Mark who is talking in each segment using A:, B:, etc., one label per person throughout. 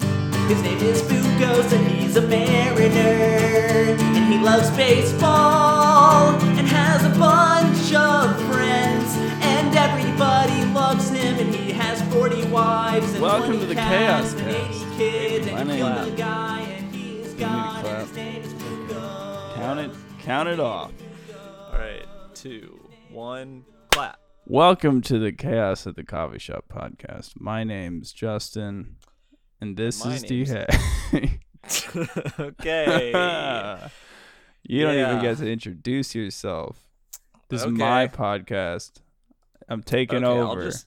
A: His name is Bugos and he's a mariner. And he loves baseball and has a bunch of friends. And everybody loves him and he has 40 wives and
B: Welcome
A: 20
B: to the
A: cats
B: Chaos
A: and
B: Cast.
A: 80 kids.
B: My
A: And he
B: name-
A: killed a guy and he's gone and his
B: clap.
A: name is Bugos.
B: Count it, count it off.
C: All right, two, one, clap.
B: Welcome to the Chaos at the Coffee Shop podcast. My name's Justin, and this
C: My
B: is D
C: name's-
B: Hay.
C: okay.
B: you don't
C: Yeah.
B: even get to introduce yourself. This
C: Okay.
B: is my podcast. I'm taking
C: Okay, I'll
B: over.
C: just-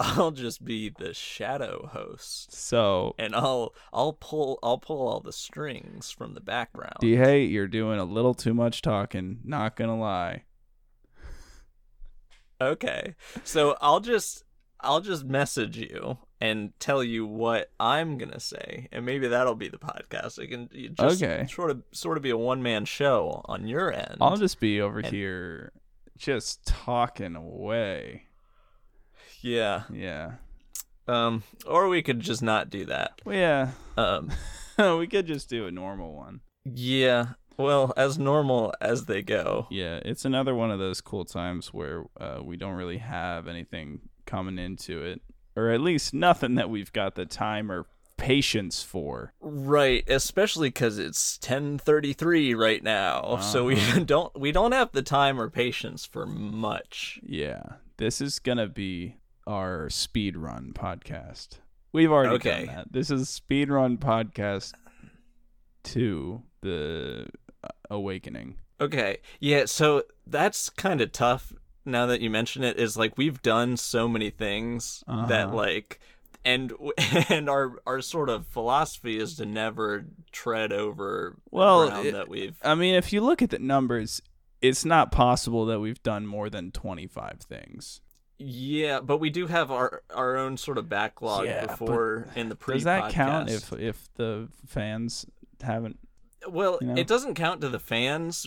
C: I'll just be the shadow host,
B: So,
C: and I'll I'll pull I'll pull all the strings from the background.
B: D Hay, you're doing a little too much talking. Not gonna lie.
C: Okay. So I'll just I'll just message you and tell you what I'm gonna say, and maybe that'll be the podcast. It can you just
B: Okay.
C: sort of sort of be a one man show on your end.
B: I'll just be over
C: and-
B: here, just talking away.
C: yeah.
B: Yeah.
C: Um. Or we could just not do that.
B: Well, yeah.
C: Um.
B: we could just do a normal one.
C: Yeah. Well, as normal as they go.
B: Yeah, it's another one of those cool times where uh, we don't really have anything coming into it, or at least nothing that we've got the time or patience for.
C: Right, especially cuz it's 10:33 right now. So we
B: Uh-huh.
C: don't we don't have the time or patience for much.
B: Yeah, this is gonna be our speed run podcast. We've already
C: Okay.
B: done that. This is speed run podcast to the uh, awakening.
C: Okay. Yeah, so that's kind of tough now that you mention it is like we've done so many things that
B: Uh-huh.
C: like and and our our sort of philosophy is to never tread over
B: Well,
C: ground
B: it-
C: that we've
B: I mean, if you look at the numbers, it's not possible that we've done more than twenty five things.
C: Yeah, but we do have our our own sort of backlog
B: Yeah, but
C: before in the pre
B: Does that count if if the fans haven't?
C: Well,
B: you know?
C: it doesn't count to the fans,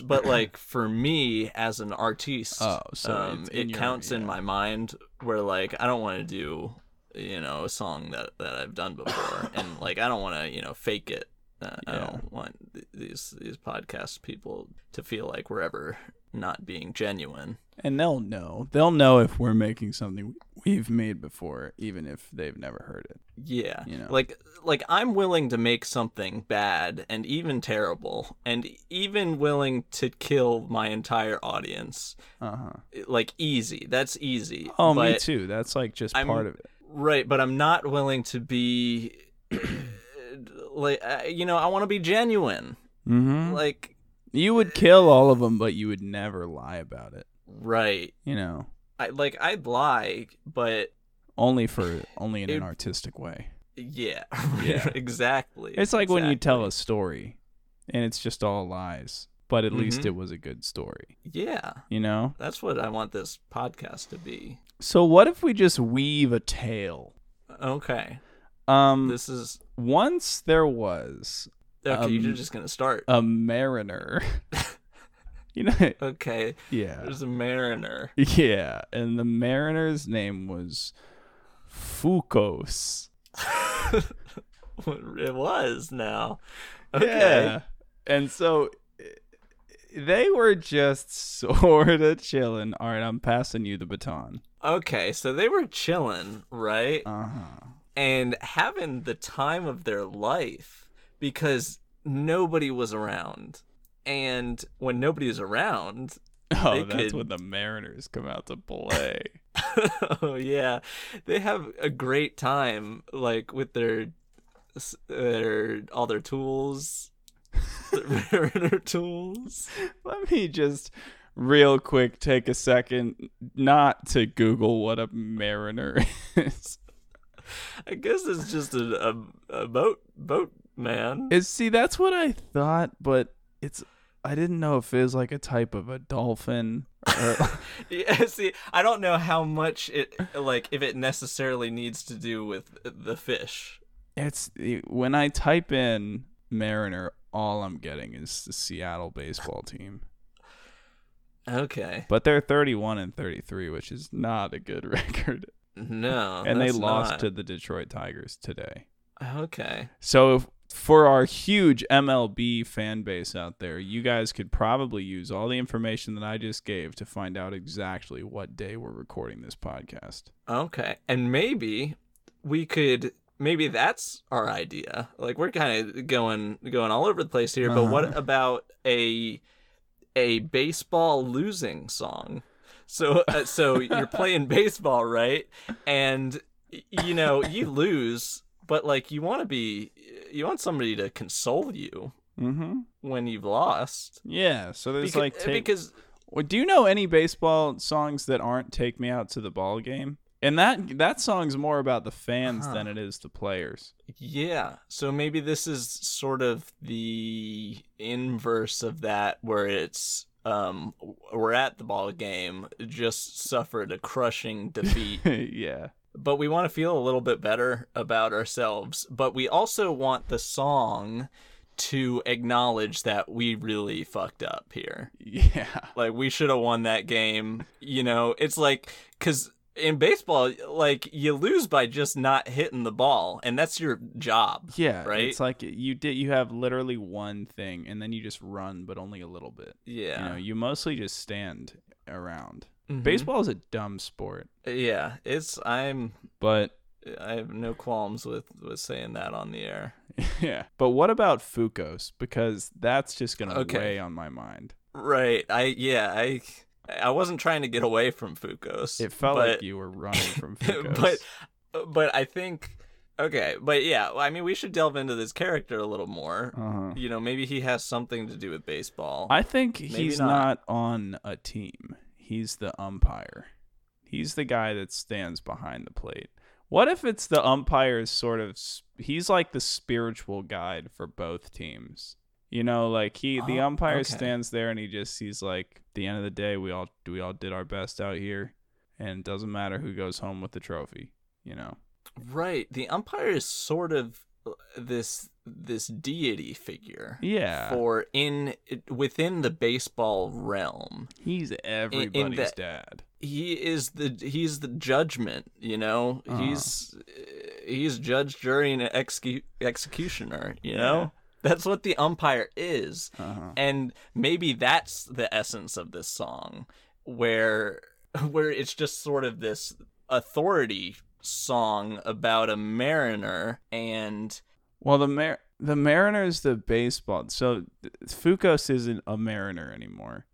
C: but like for me as an artiste,
B: Oh, so
C: um,
B: it's in
C: it
B: your-
C: counts in
B: yeah.
C: my mind where like I don't want to do you know a song that that I've done before, and like I don't want to you know fake it. Uh, I
B: Yeah.
C: don't want th- these these podcast people to feel like we're ever not being genuine.
B: And they'll know. They'll know if we're making something we've made before, even if they've never heard it.
C: Yeah.
B: You know.
C: Like like I'm willing to make something bad and even terrible and even willing to kill my entire audience.
B: Uh huh.
C: Like easy. That's easy.
B: Oh, me
C: But-
B: too. That's like just
C: I'm-
B: part of it.
C: Right, but I'm not willing to be like uh, you know, I want to be genuine.
B: Mm-hmm.
C: Like
B: you
C: Uh,
B: would kill all of them, but you would never lie about it.
C: right.
B: You know,
C: I like I'd lie, but
B: only for only in an
C: It-
B: artistic way.
C: yeah.
B: Yeah.
C: exactly.
B: It's like when you
C: exactly.
B: tell a story, and it's just all lies, but at least
C: Mhm.
B: it was a good story.
C: Yeah.
B: You know.
C: That's what I want this podcast to be.
B: So what if we just weave a tale?
C: Okay.
B: Um,
C: This is
B: once there was
C: Okay, you're
B: Um,
C: just gonna start.
B: a mariner. you know,
C: Okay,
B: yeah,
C: there's a mariner.
B: yeah, and the mariner's name was Fukos.
C: it was now. Okay.
B: and so eh, they were just sort of chilling. All right, I'm passing you the baton.
C: Okay, so they were chilling, right?
B: Uh huh.
C: and having the time of their life because nobody was around. And when nobody was around,
B: Oh,
C: They
B: that's
C: could-
B: when the mariners come out to play.
C: oh yeah, they have a great time like with their their all their tools, their mariner tools.
B: Let me just real quick take a second not to Google what a mariner is.
C: I guess it's just a, a, a boat boat man.
B: Is see that's what I thought, but it's I didn't know if it was like a type of a dolphin. Or,
C: yeah, see, I don't know how much it like if it necessarily needs to do with the fish.
B: it's when I type in Mariner, all I'm getting is the Seattle baseball team.
C: Okay.
B: But they're 31 and 33, which is not a good record,
C: No.
B: and they
C: that's
B: lost
C: not.
B: to the Detroit Tigers today.
C: Okay.
B: So if, for our huge MLB fan base out there, you guys could probably use all the information that I just gave to find out exactly what day we're recording this podcast.
C: Okay. And maybe we could maybe that's our idea. Like we're kind of going going all over the place here, but what
B: Uh-huh.
C: about a a baseball losing song? So uh, so you're playing baseball, right? And y- you know, you lose, but like you want to be you want somebody to console you
B: Mm-hmm.
C: when you've lost.
B: Yeah. So there's
C: Beca-
B: like take.
C: because
B: Well, do you know any baseball songs that aren't "Take Me Out to the Ball Game"? And that that song's more about the fans
C: Huh.
B: than it is the players.
C: Yeah. So maybe this is sort of the inverse of that where it's um we're at the ball game, just suffered a crushing defeat,
B: yeah.
C: but we want to feel a little bit better about ourselves, but we also want the song to acknowledge that we really fucked up here.
B: Yeah.
C: Like we should have won that game. You know, it's like because in baseball, like you lose by just not hitting the ball, and that's your job.
B: Yeah,
C: Right?
B: It's like you did. You have literally one thing, and then you just run, but only a little bit. You know,
C: Yeah.
B: you mostly just stand around.
C: Mhm.
B: Baseball is a dumb sport,
C: Yeah, it's I'm
B: but
C: I have no qualms with with saying that on the air.
B: yeah. But what about Fucos? Because that's just gonna
C: Okay.
B: weigh on my mind.
C: Right. I yeah, I I wasn't trying to get away from Fucos.
B: It felt
C: but,
B: like you were running from Fucos.
C: but but I think okay, but yeah, I mean we should delve into this character a little more.
B: uh-huh.
C: You know, maybe he has something to do with baseball.
B: I think he's
C: not.
B: not. on a team. He's the umpire. He's the guy that stands behind the plate. What if it's the umpire's sort of s- he's like the spiritual guide for both teams. You know, like he the
C: Oh,
B: umpire
C: okay.
B: stands there and he just he's like "At the end of the day we all we all did our best out here and it doesn't matter who goes home with the trophy, you know.
C: Right. The umpire is sort of this this deity figure.
B: Yeah.
C: For in within the baseball realm.
B: He's everybody's
C: the-
B: dad.
C: He is the he's the judgment, you know.
B: Uh-huh.
C: He's he's judge, jury and execu- executioner, you know? That's what the umpire is.
B: Uh-huh.
C: And maybe that's the essence of this song where where it's just sort of this authority song about a mariner and
B: Well, the Mar- the Mariners, the baseball. So th- Fucos isn't a Mariner anymore.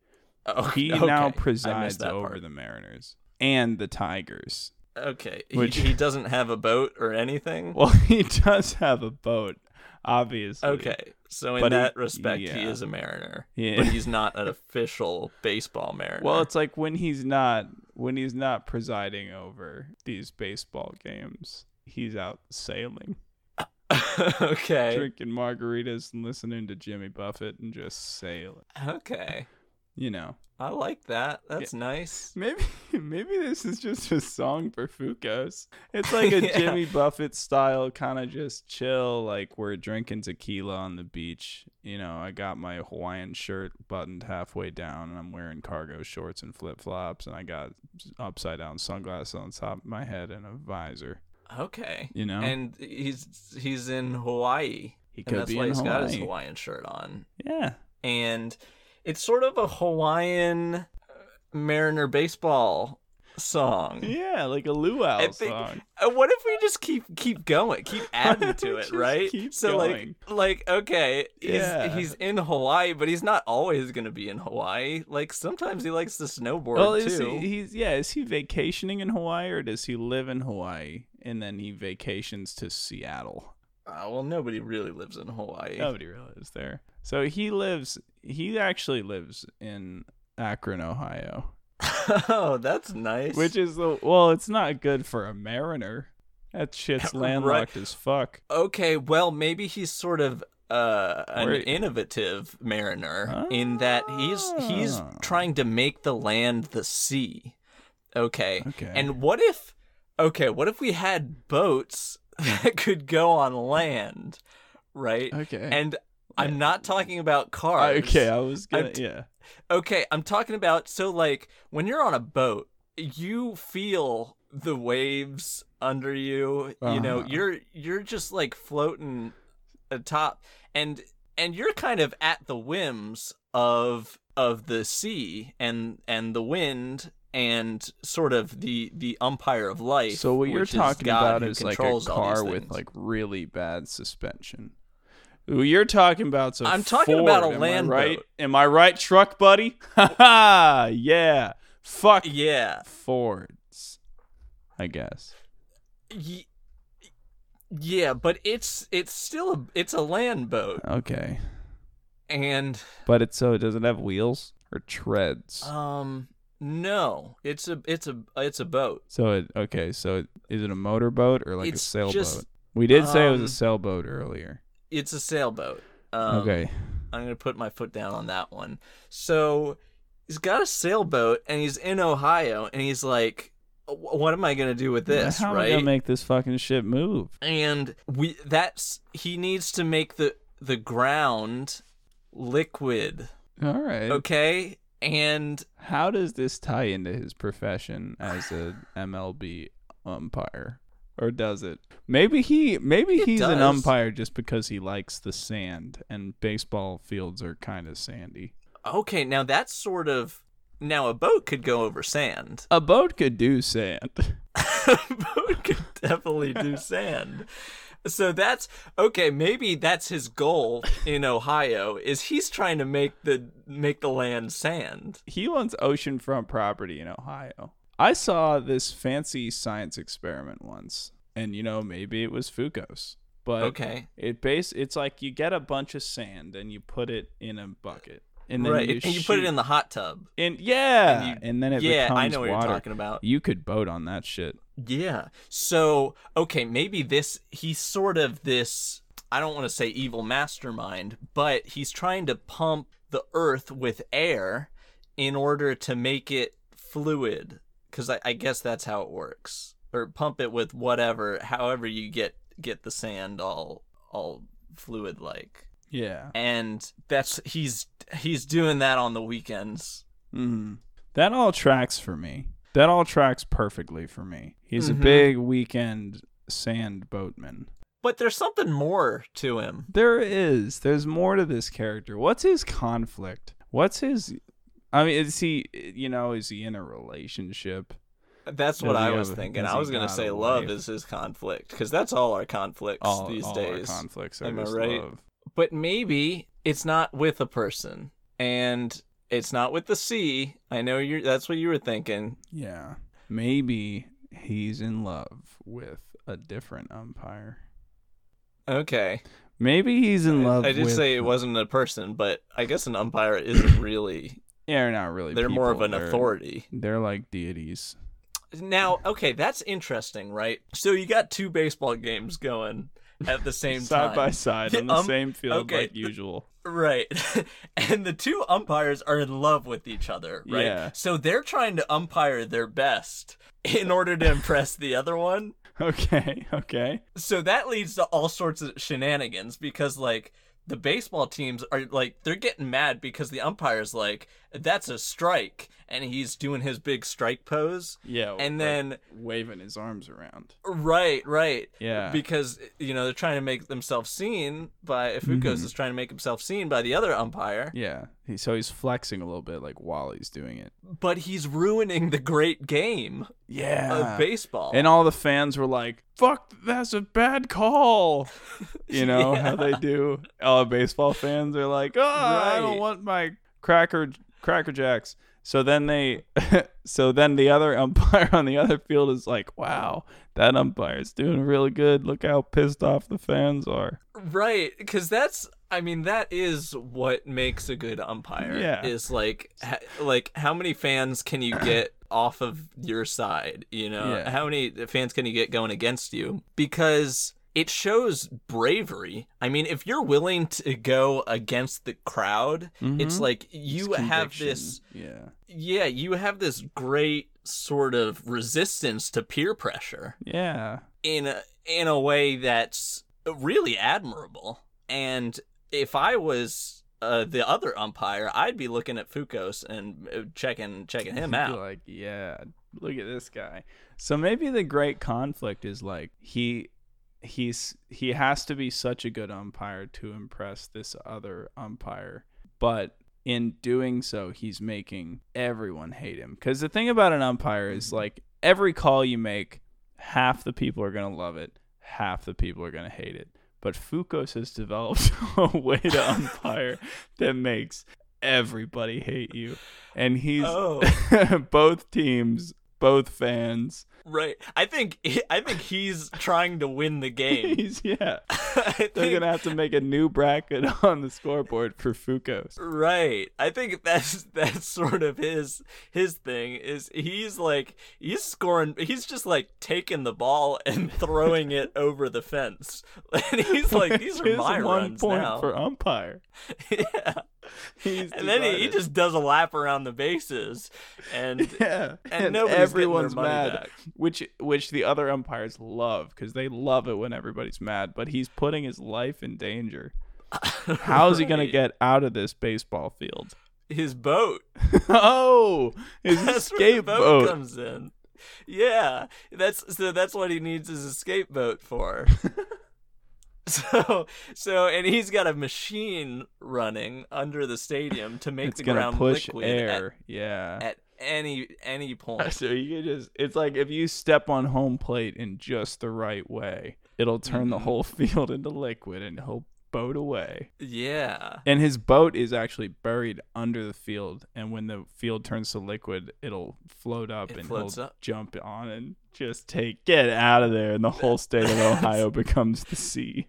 C: Oh,
B: He
C: okay. I
B: now
C: missed
B: presides
C: that
B: over
C: part.
B: the Mariners and the Tigers.
C: Okay,
B: Which-
C: he, he doesn't have a boat or anything.
B: Well, he does have a boat, obviously.
C: okay, so in
B: But he-
C: that respect, he
B: yeah.
C: is a mariner,
B: Yeah.
C: but he's not an official baseball mariner.
B: Well, it's like when he's not when he's not presiding over these baseball games, he's out sailing,
C: okay,
B: drinking margaritas and listening to Jimmy Buffett and just sailing.
C: okay.
B: You know.
C: I like that. That's nice.
B: Maybe maybe this is just a song for Fucos. It's like a
C: Yeah.
B: Jimmy Buffett style kind of just chill, like we're drinking tequila on the beach. You know, I got my Hawaiian shirt buttoned halfway down, and I'm wearing cargo shorts and flip flops, and I got upside down sunglasses on top of my head and a visor.
C: Okay,
B: You know,
C: and he's he's in Hawaii.
B: he
C: and that's why
B: in
C: he's got his
B: Hawaii.
C: Hawaiian shirt on.
B: Yeah,
C: And it's sort of a Hawaiian uh, Mariner baseball song.
B: yeah, like a luau
C: I think-
B: song.
C: Uh, What if we just keep keep going, keep adding to it,
B: Just
C: right?
B: keep
C: so
B: going.
C: like like okay, he's
B: Yeah.
C: he's in Hawaii, but he's not always gonna be in Hawaii. Like sometimes he likes to snowboard
B: Well, is
C: too.
B: he, he's yeah. Is he vacationing in Hawaii or does he live in Hawaii and then he vacations to Seattle?
C: Uh, well, nobody really lives in Hawaii.
B: Nobody really is there. So he lives. He actually lives in Akron, Ohio,
C: oh, that's nice.
B: which is the well. It's not good for a Mariner. That shit's
C: Right.
B: landlocked as fuck.
C: okay, well maybe he's sort of uh, an
B: Right.
C: innovative mariner in that he's he's
B: Ah.
C: trying to make the land the sea. Okay.
B: Okay.
C: And what if okay, what if we had boats that could go on land, right?
B: Okay.
C: And I'm not talking about cars.
B: okay, I was gonna.
C: I'm t-
B: yeah.
C: Okay, I'm talking about so like when you're on a boat, you feel the waves under you. You know,
B: Uh-huh.
C: you're you're just like floating atop and and you're kind of at the whims of of the sea and and the wind and sort of the the umpire of life.
B: So what you're
C: which is
B: talking
C: God
B: about
C: who
B: is like a
C: controls all these
B: car with
C: things.
B: like really bad suspension. What you're talking about?
C: I'm talking about a
B: land
C: land
B: right?
C: boat.
B: Am I right, truck buddy? Ha ha! Yeah. Fuck
C: yeah.
B: Fords. I guess.
C: Y- yeah, but it's it's still a it's a land boat
B: Okay,
C: and
B: but it's so does it have wheels or treads?
C: um no, it's a it's a it's a boat.
B: so it okay. So it, is it a motorboat or like a
C: It's
B: sailboat?
C: just,
B: we did say it was a
C: um,
B: sailboat earlier.
C: It's a sailboat. Um,
B: okay.
C: I'm gonna put my foot down on that one. So he's got a sailboat and he's in Ohio and he's like, "Wh- "What am I gonna do with this?"
B: How am I
C: right?
B: gonna make this fucking shit move?
C: and we that's he needs to make the the ground liquid.
B: All right.
C: Okay, and
B: How does this tie into his profession as a MLB umpire? Or does it? Maybe he maybe
C: It
B: he's an
C: does.
B: umpire just because he likes the sand and baseball fields are kind of sandy.
C: okay, now that's sort of now a boat could go over sand.
B: A boat could do sand.
C: boat could definitely do sand. So that's okay. Maybe that's his goal in Ohio is he's trying to make the make the land sand.
B: he owns oceanfront property in Ohio. I saw this fancy science experiment once, and you know maybe it was Fuco's, but
C: Okay.
B: it base it's like you get a bunch of sand and you put it in a bucket, and then
C: right,
B: you,
C: and you put it
B: shoot-
C: in the hot tub.
B: and yeah, and,
C: and you-
B: then it
C: yeah,
B: becomes
C: I know what
B: water.
C: you're talking about.
B: You could boat on that shit.
C: Yeah. So okay, maybe this he's sort of this. I don't want to say evil mastermind, but he's trying to pump the earth with air in order to make it fluid. Because I, I guess that's how it works, or pump it with whatever, however you get get the sand all all fluid like.
B: Yeah,
C: And that's he's he's doing that on the weekends.
B: Mhm. that all tracks for me. That all tracks perfectly for me. He's
C: Mhm.
B: a big weekend sand boatman.
C: But there's something more to him.
B: There is. There's more to this character. What's his conflict? What's his? I mean, is he? You know, is he in a relationship?
C: That's
B: Does
C: what
B: he
C: I
B: have
C: was
B: a-
C: thinking.
B: has
C: I
B: he
C: was gonna
B: got
C: say
B: a
C: love
B: wife?
C: is his conflict because that's all our conflicts
B: All
C: these
B: all
C: days.
B: our conflicts are
C: Am I
B: just
C: right?
B: love.
C: But maybe it's not with a person, and it's not with the sea. I know you're. That's what you were thinking.
B: Yeah. Maybe he's in love with a different umpire.
C: Okay,
B: Maybe he's in love.
C: I did
B: with,
C: say it wasn't a person, but I guess an umpire isn't really.
B: Yeah, they're not really.
C: They're more of
B: people.
C: an
B: They're-
C: authority.
B: They're like deities.
C: Now, okay, that's interesting, right? So you got two baseball games going at the same
B: side
C: time.
B: by side
C: The
B: on the
C: ump-
B: same field
C: okay,
B: like
C: the-
B: usual.
C: Right. and the two umpires are in love with each other, right?
B: Yeah.
C: So they're trying to umpire their best in order to impress the other one.
B: Okay. Okay.
C: So that leads to all sorts of shenanigans because like the baseball teams are like they're getting mad because the umpire's like that's a strike and he's doing his big strike pose.
B: Yeah.
C: And
B: like,
C: then
B: waving his arms around.
C: right, right.
B: Yeah.
C: Because you know, they're trying to make themselves seen by Fucos
B: Mhm.
C: is trying to make himself seen by the other umpire.
B: Yeah. He, so he's flexing a little bit like while he's doing it.
C: but he's ruining the great game
B: Yeah.
C: of baseball.
B: Uh, and all the fans were like, fuck, that's a bad call. You know how they do. All baseball fans are like, oh, I don't
C: Right.
B: want my cracker cracker jacks. So then they so then the other umpire on the other field is like, wow, that umpire's doing really good. Look how pissed off the fans are.
C: right, because that's I mean that is what makes a good umpire.
B: Yeah.
C: is like ha- like how many fans can you get off of your side? You know,
B: Yeah.
C: how many fans can you get going against you? Because it shows bravery. I mean, if you're willing to go against the crowd, it's
B: Mhm.
C: like you
B: It's
C: have
B: conviction.
C: this
B: Yeah.
C: yeah, you have this great sort of resistance to peer pressure
B: Yeah.
C: in a, in a way that's really admirable. And if I was uh, the other umpire, I'd be looking at Fukos and uh, checking checking
B: You'd
C: him
B: be
C: out.
B: Like, yeah, Look at this guy. So maybe the great conflict is like he he's he has to be such a good umpire to impress this other umpire, but in doing so he's making everyone hate him. Cuz the thing about an umpire is like every call you make, half the people are going to love it, half the people are going to hate it. But Fukos has developed a way to umpire that makes everybody hate you. And he's
C: Oh.
B: both teams, both fans.
C: Right. I think I think he's trying to win the game.
B: He's yeah.
C: I think,
B: They're gonna have to make a new bracket on the scoreboard for Fukos.
C: Right. I think that's that's sort of his his thing is he's like he's scoring he's just like taking the ball and throwing it over the fence. And he's like these
B: Which
C: are
B: is
C: my
B: one
C: runs
B: point
C: now.
B: for umpire.
C: yeah.
B: He's
C: And then he, he
B: divided.
C: just does a lap around the bases and
B: yeah,
C: and nobody's getting
B: everyone's
C: their money
B: mad,
C: back.
B: which which the other umpires love because they love it when everybody's mad. But he's putting his life in danger. How is he gonna
C: Right.
B: get out of this baseball field?
C: his boat
B: oh, his
C: that's where the
B: escape
C: boat,
B: boat.
C: comes in. Yeah, that's so. That's what he needs his escape boat for. so so, and he's got a machine running under the stadium to make
B: It's
C: the
B: gonna
C: ground
B: push
C: liquid at-
B: air. yeah.
C: At, any any point.
B: So you could just it's like if you step on home plate in just the right way, it'll turn
C: Mm-hmm.
B: the whole field into liquid and he'll boat away.
C: Yeah.
B: And his boat is actually buried under the field and when the field turns to liquid, it'll float up
C: It
B: and
C: floats
B: he'll
C: up.
B: jump on and just take get out of there and the whole state of Ohio becomes the sea.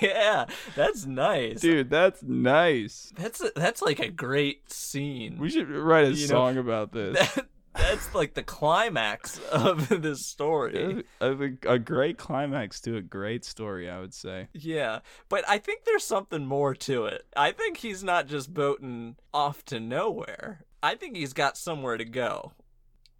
C: yeah, that's nice.
B: Dude, that's nice.
C: That's a, that's like a great scene.
B: We should write a
C: You know,
B: song about this.
C: That- that's like the climax of this story.
B: I think a great climax to a great story, I would say.
C: Yeah, but I think there's something more to it. I think he's not just boating off to nowhere. I think he's got somewhere to go.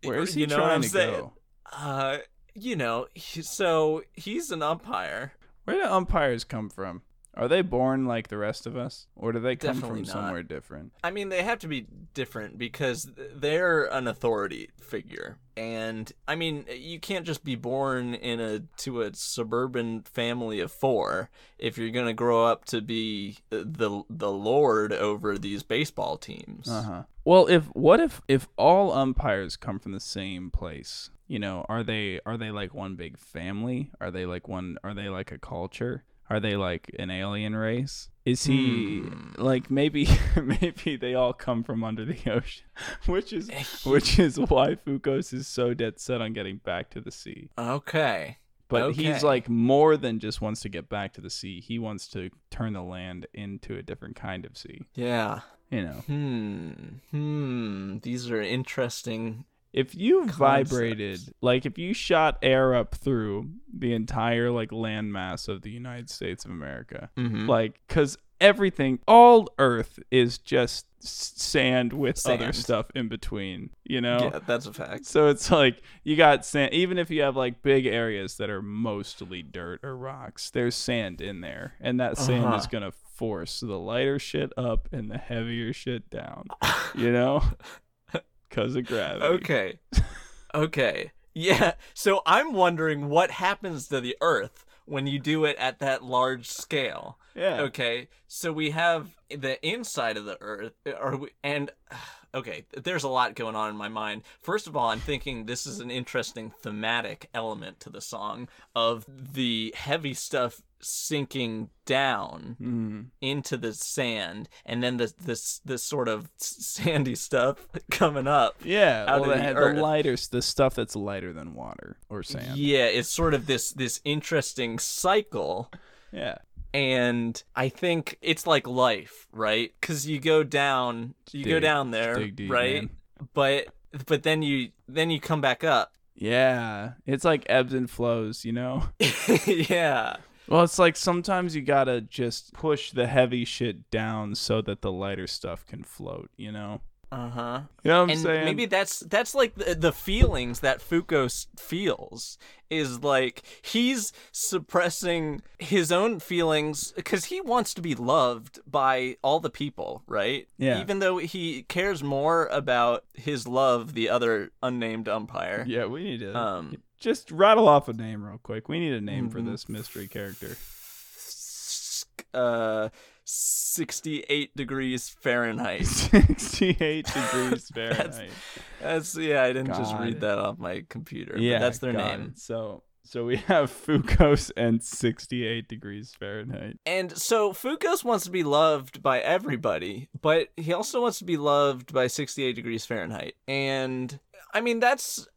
B: Where is he
C: You know what
B: trying
C: I'm
B: to
C: saying?
B: go?
C: Uh, you know, he, so he's an umpire.
B: Where do umpires come from? Are they born like the rest of us, or do they come
C: Definitely
B: from
C: not.
B: somewhere different?
C: I mean, they have to be different because they're an authority figure. And I mean, you can't just be born in a to a suburban family of 4 if you're going to grow up to be uh, the the lord over these baseball teams.
B: Uh huh. Well, if what if if all umpires come from the same place? You know, are they are they like one big family? Are they like one? Are they like a culture? Are they like an alien race? Is he
C: Hmm.
B: like maybe maybe they all come from under the ocean, which is
C: Eh,
B: which is why Fukos is so dead set on getting back to the sea.
C: Okay.
B: But
C: Okay.
B: he's like more than just wants to get back to the sea. He wants to turn the land into a different kind of sea.
C: Yeah.
B: You know,
C: Hmm. Hmm. These are interesting.
B: if you
C: Concepts.
B: vibrated, like if you shot air up through the entire like landmass of the United States of America,
C: Mhm.
B: like because everything, all Earth is just s- sand with other
C: Sand.
B: stuff in between. You know,
C: Yeah, that's a fact.
B: So it's like you got sand. Even if you have like big areas that are mostly dirt or rocks, there's sand in there, and that sand
C: Uh-huh.
B: is gonna force the lighter shit up and the heavier shit down. You know, because of gravity.
C: Okay. okay. Yeah. So I'm wondering what happens to the Earth when you do it at that large scale.
B: Yeah.
C: Okay. So we have the inside of the Earth, or we, and okay, there's a lot going on in my mind. First of all, I'm thinking this is an interesting thematic element to the song of the heavy stuff sinking down
B: Mm.
C: into the sand, and then this this this sort of sandy stuff coming up.
B: Yeah.
C: Out
B: well,
C: of
B: the,
C: the
B: the
C: earth.
B: lighter, the stuff that's lighter than water or sand.
C: Yeah, it's sort of this this interesting cycle
B: Yeah.
C: and I think it's like life, right? Cuz you go down, you go
B: Dig-
C: down there,
B: dig deep,
C: right?
B: man.
C: But but then you then you come back up.
B: Yeah. It's like ebbs and flows. You know.
C: yeah.
B: Well, it's like sometimes you gotta just push the heavy shit down so that the lighter stuff can float, you know?
C: Uh huh.
B: You know what I'm
C: and
B: saying?
C: maybe that's that's like the, the feelings that Foucault s- feels is like he's suppressing his own feelings because he wants to be loved by all the people, right?
B: Yeah.
C: Even though he cares more about his love, the other unnamed umpire.
B: yeah, we need to
C: Um,
B: just rattle off a name real quick. We need a name
C: mm-hmm.
B: for this mystery character.
C: s- Uh, sixty-eight degrees Fahrenheit.
B: 68 degrees Fahrenheit.
C: That's yeah. I didn't just
B: Got
C: read
B: it.
C: that off my computer.
B: yeah,
C: but that's their
B: got
C: name.
B: it. So so we have Fucos and 68 degrees Fahrenheit.
C: And so Fukas wants to be loved by everybody, but he also wants to be loved by 68 degrees Fahrenheit. And I mean, that's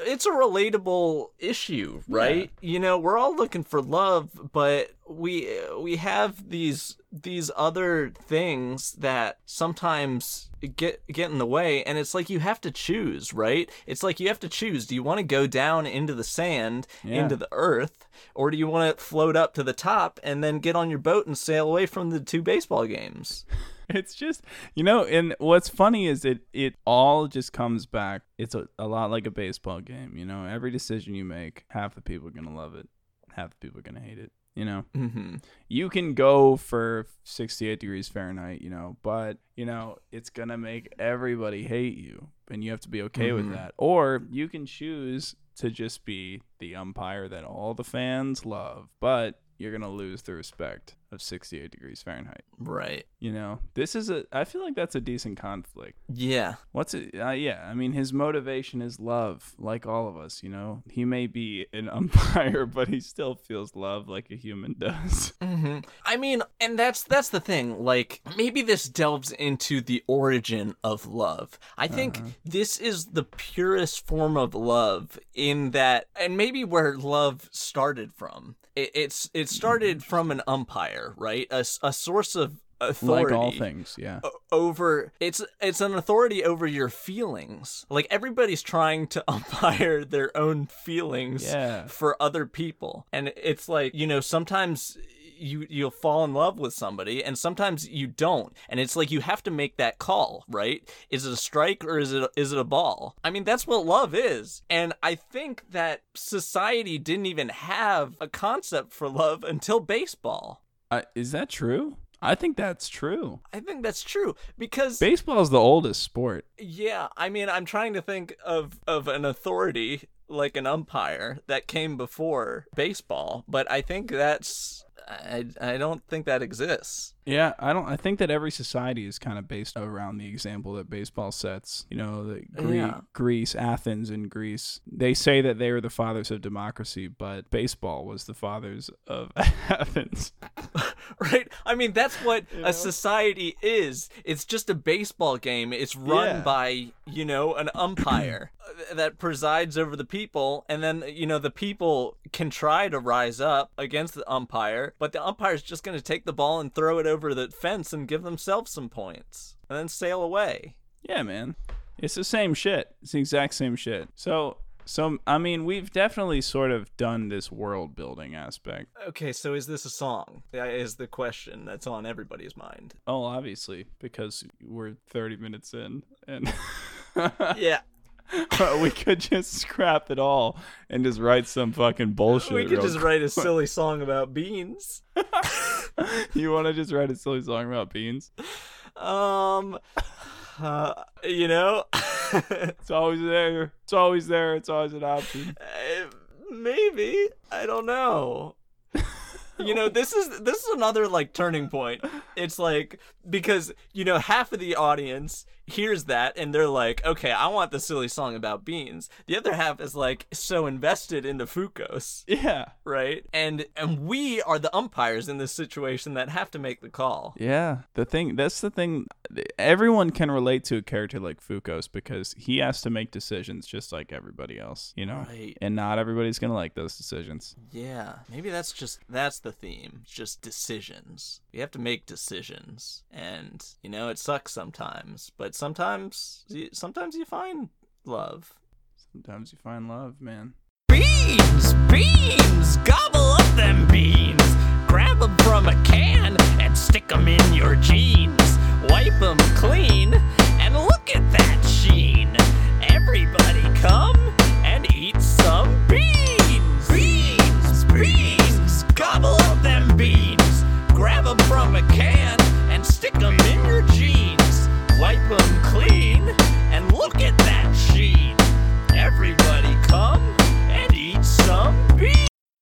C: it's a relatable issue, right? You know, we're all looking for love, but we we have these these other things that sometimes get get in the way and it's like you have to choose, right? It's like you have to choose, do you want to go down into the sand,
B: Yeah.
C: into the earth, or do you want to float up to the top and then get on your boat and sail away from the two baseball games?
B: It's just, you know, and what's funny is it it all just comes back. It's a, a lot like a baseball game, you know. Every decision you make, half the people are going to love it, half the people are going to hate it, you know.
C: Mm-hmm.
B: you can go for 68 degrees Fahrenheit, you know, but you know, it's going to make everybody hate you and you have to be okay with
C: Mhm.
B: that. Or you can choose to just be the umpire that all the fans love, but you're going to lose the respect of 68 degrees Fahrenheit.
C: Right.
B: You know, this is a I feel like that's a decent conflict.
C: Yeah.
B: What's it? Uh, yeah, I mean, his motivation is love, like all of us, you know. He may be an umpire, but he still feels love like a human does.
C: hmm I mean, and that's that's the thing. Like, maybe this delves into the origin of love. I think
B: Uh-huh.
C: this is the purest form of love in that, and maybe where love started from. It, it's it started from an umpire, right? A, s- a source of authority.
B: Mm-hmm. Like all things, yeah.
C: o- over it's it's an authority over your feelings like everybody's trying to umpire their own feelings
B: Yeah.
C: for other people and it's like you know sometimes you you'll fall in love with somebody and sometimes you don't and it's like you have to make that call right is it a strike or is it is it a ball i mean that's what love is and i think that society didn't even have a concept for love until baseball
B: I, is that true? I think that's true.
C: i think that's true because
B: Baseball's the oldest sport.
C: Yeah, I mean, I'm trying to think of of an authority like an umpire that came before baseball, but I think that's I I don't think that exists.
B: Yeah, I don't. I think that every society is kind of based around the example that baseball sets. You know, the Gre-
C: Yeah.
B: Greece, Athens, and Greece. They say that they were the fathers of democracy, but baseball was the fathers of Athens.
C: Right? I mean, that's what a society is. It's just a baseball game. It's run
B: Yeah.
C: by, you know, an umpire that presides over the people and then, you know, the people can try to rise up against the umpire, but the umpire's just going to take the ball and throw it over the fence and give themselves some points and then sail away.
B: Yeah, man. It's the same shit. It's the exact same shit. So, so I mean, we've definitely sort of done this world building aspect.
C: Okay, so is this a song? That is the question that's on everybody's mind.
B: Oh, obviously, because we're 30 minutes in and
C: Yeah.
B: we could just scrap it all and just write some fucking bullshit.
C: We could
B: real
C: just write a silly song about beans.
B: quick. You want to just write a silly song about beans?
C: Um, uh, you know,
B: It's always there. It's always there. It's always an option.
C: eh, maybe I don't know. You know, this is this is another like turning point. It's like because you know half of the audience hears that and they're like, "Okay, I want the silly song about beans." The other half is like so invested into Fucos,
B: Yeah.
C: right? And and we are the umpires in this situation that have to make the call.
B: Yeah. The thing that's the thing everyone can relate to a character like Fukos because he has to make decisions just like everybody else, you know.
C: Right.
B: And not everybody's going to like those decisions.
C: Yeah, maybe that's just that's the theme. It's just decisions. We have to make decisions, and you know it sucks sometimes. But sometimes, sometimes you find love.
B: Sometimes you find love, man.
C: Beans, beans, gobble up them beans. Grab them from a can and stick them in your jeans. Wipe them clean and look at
A: them from a can.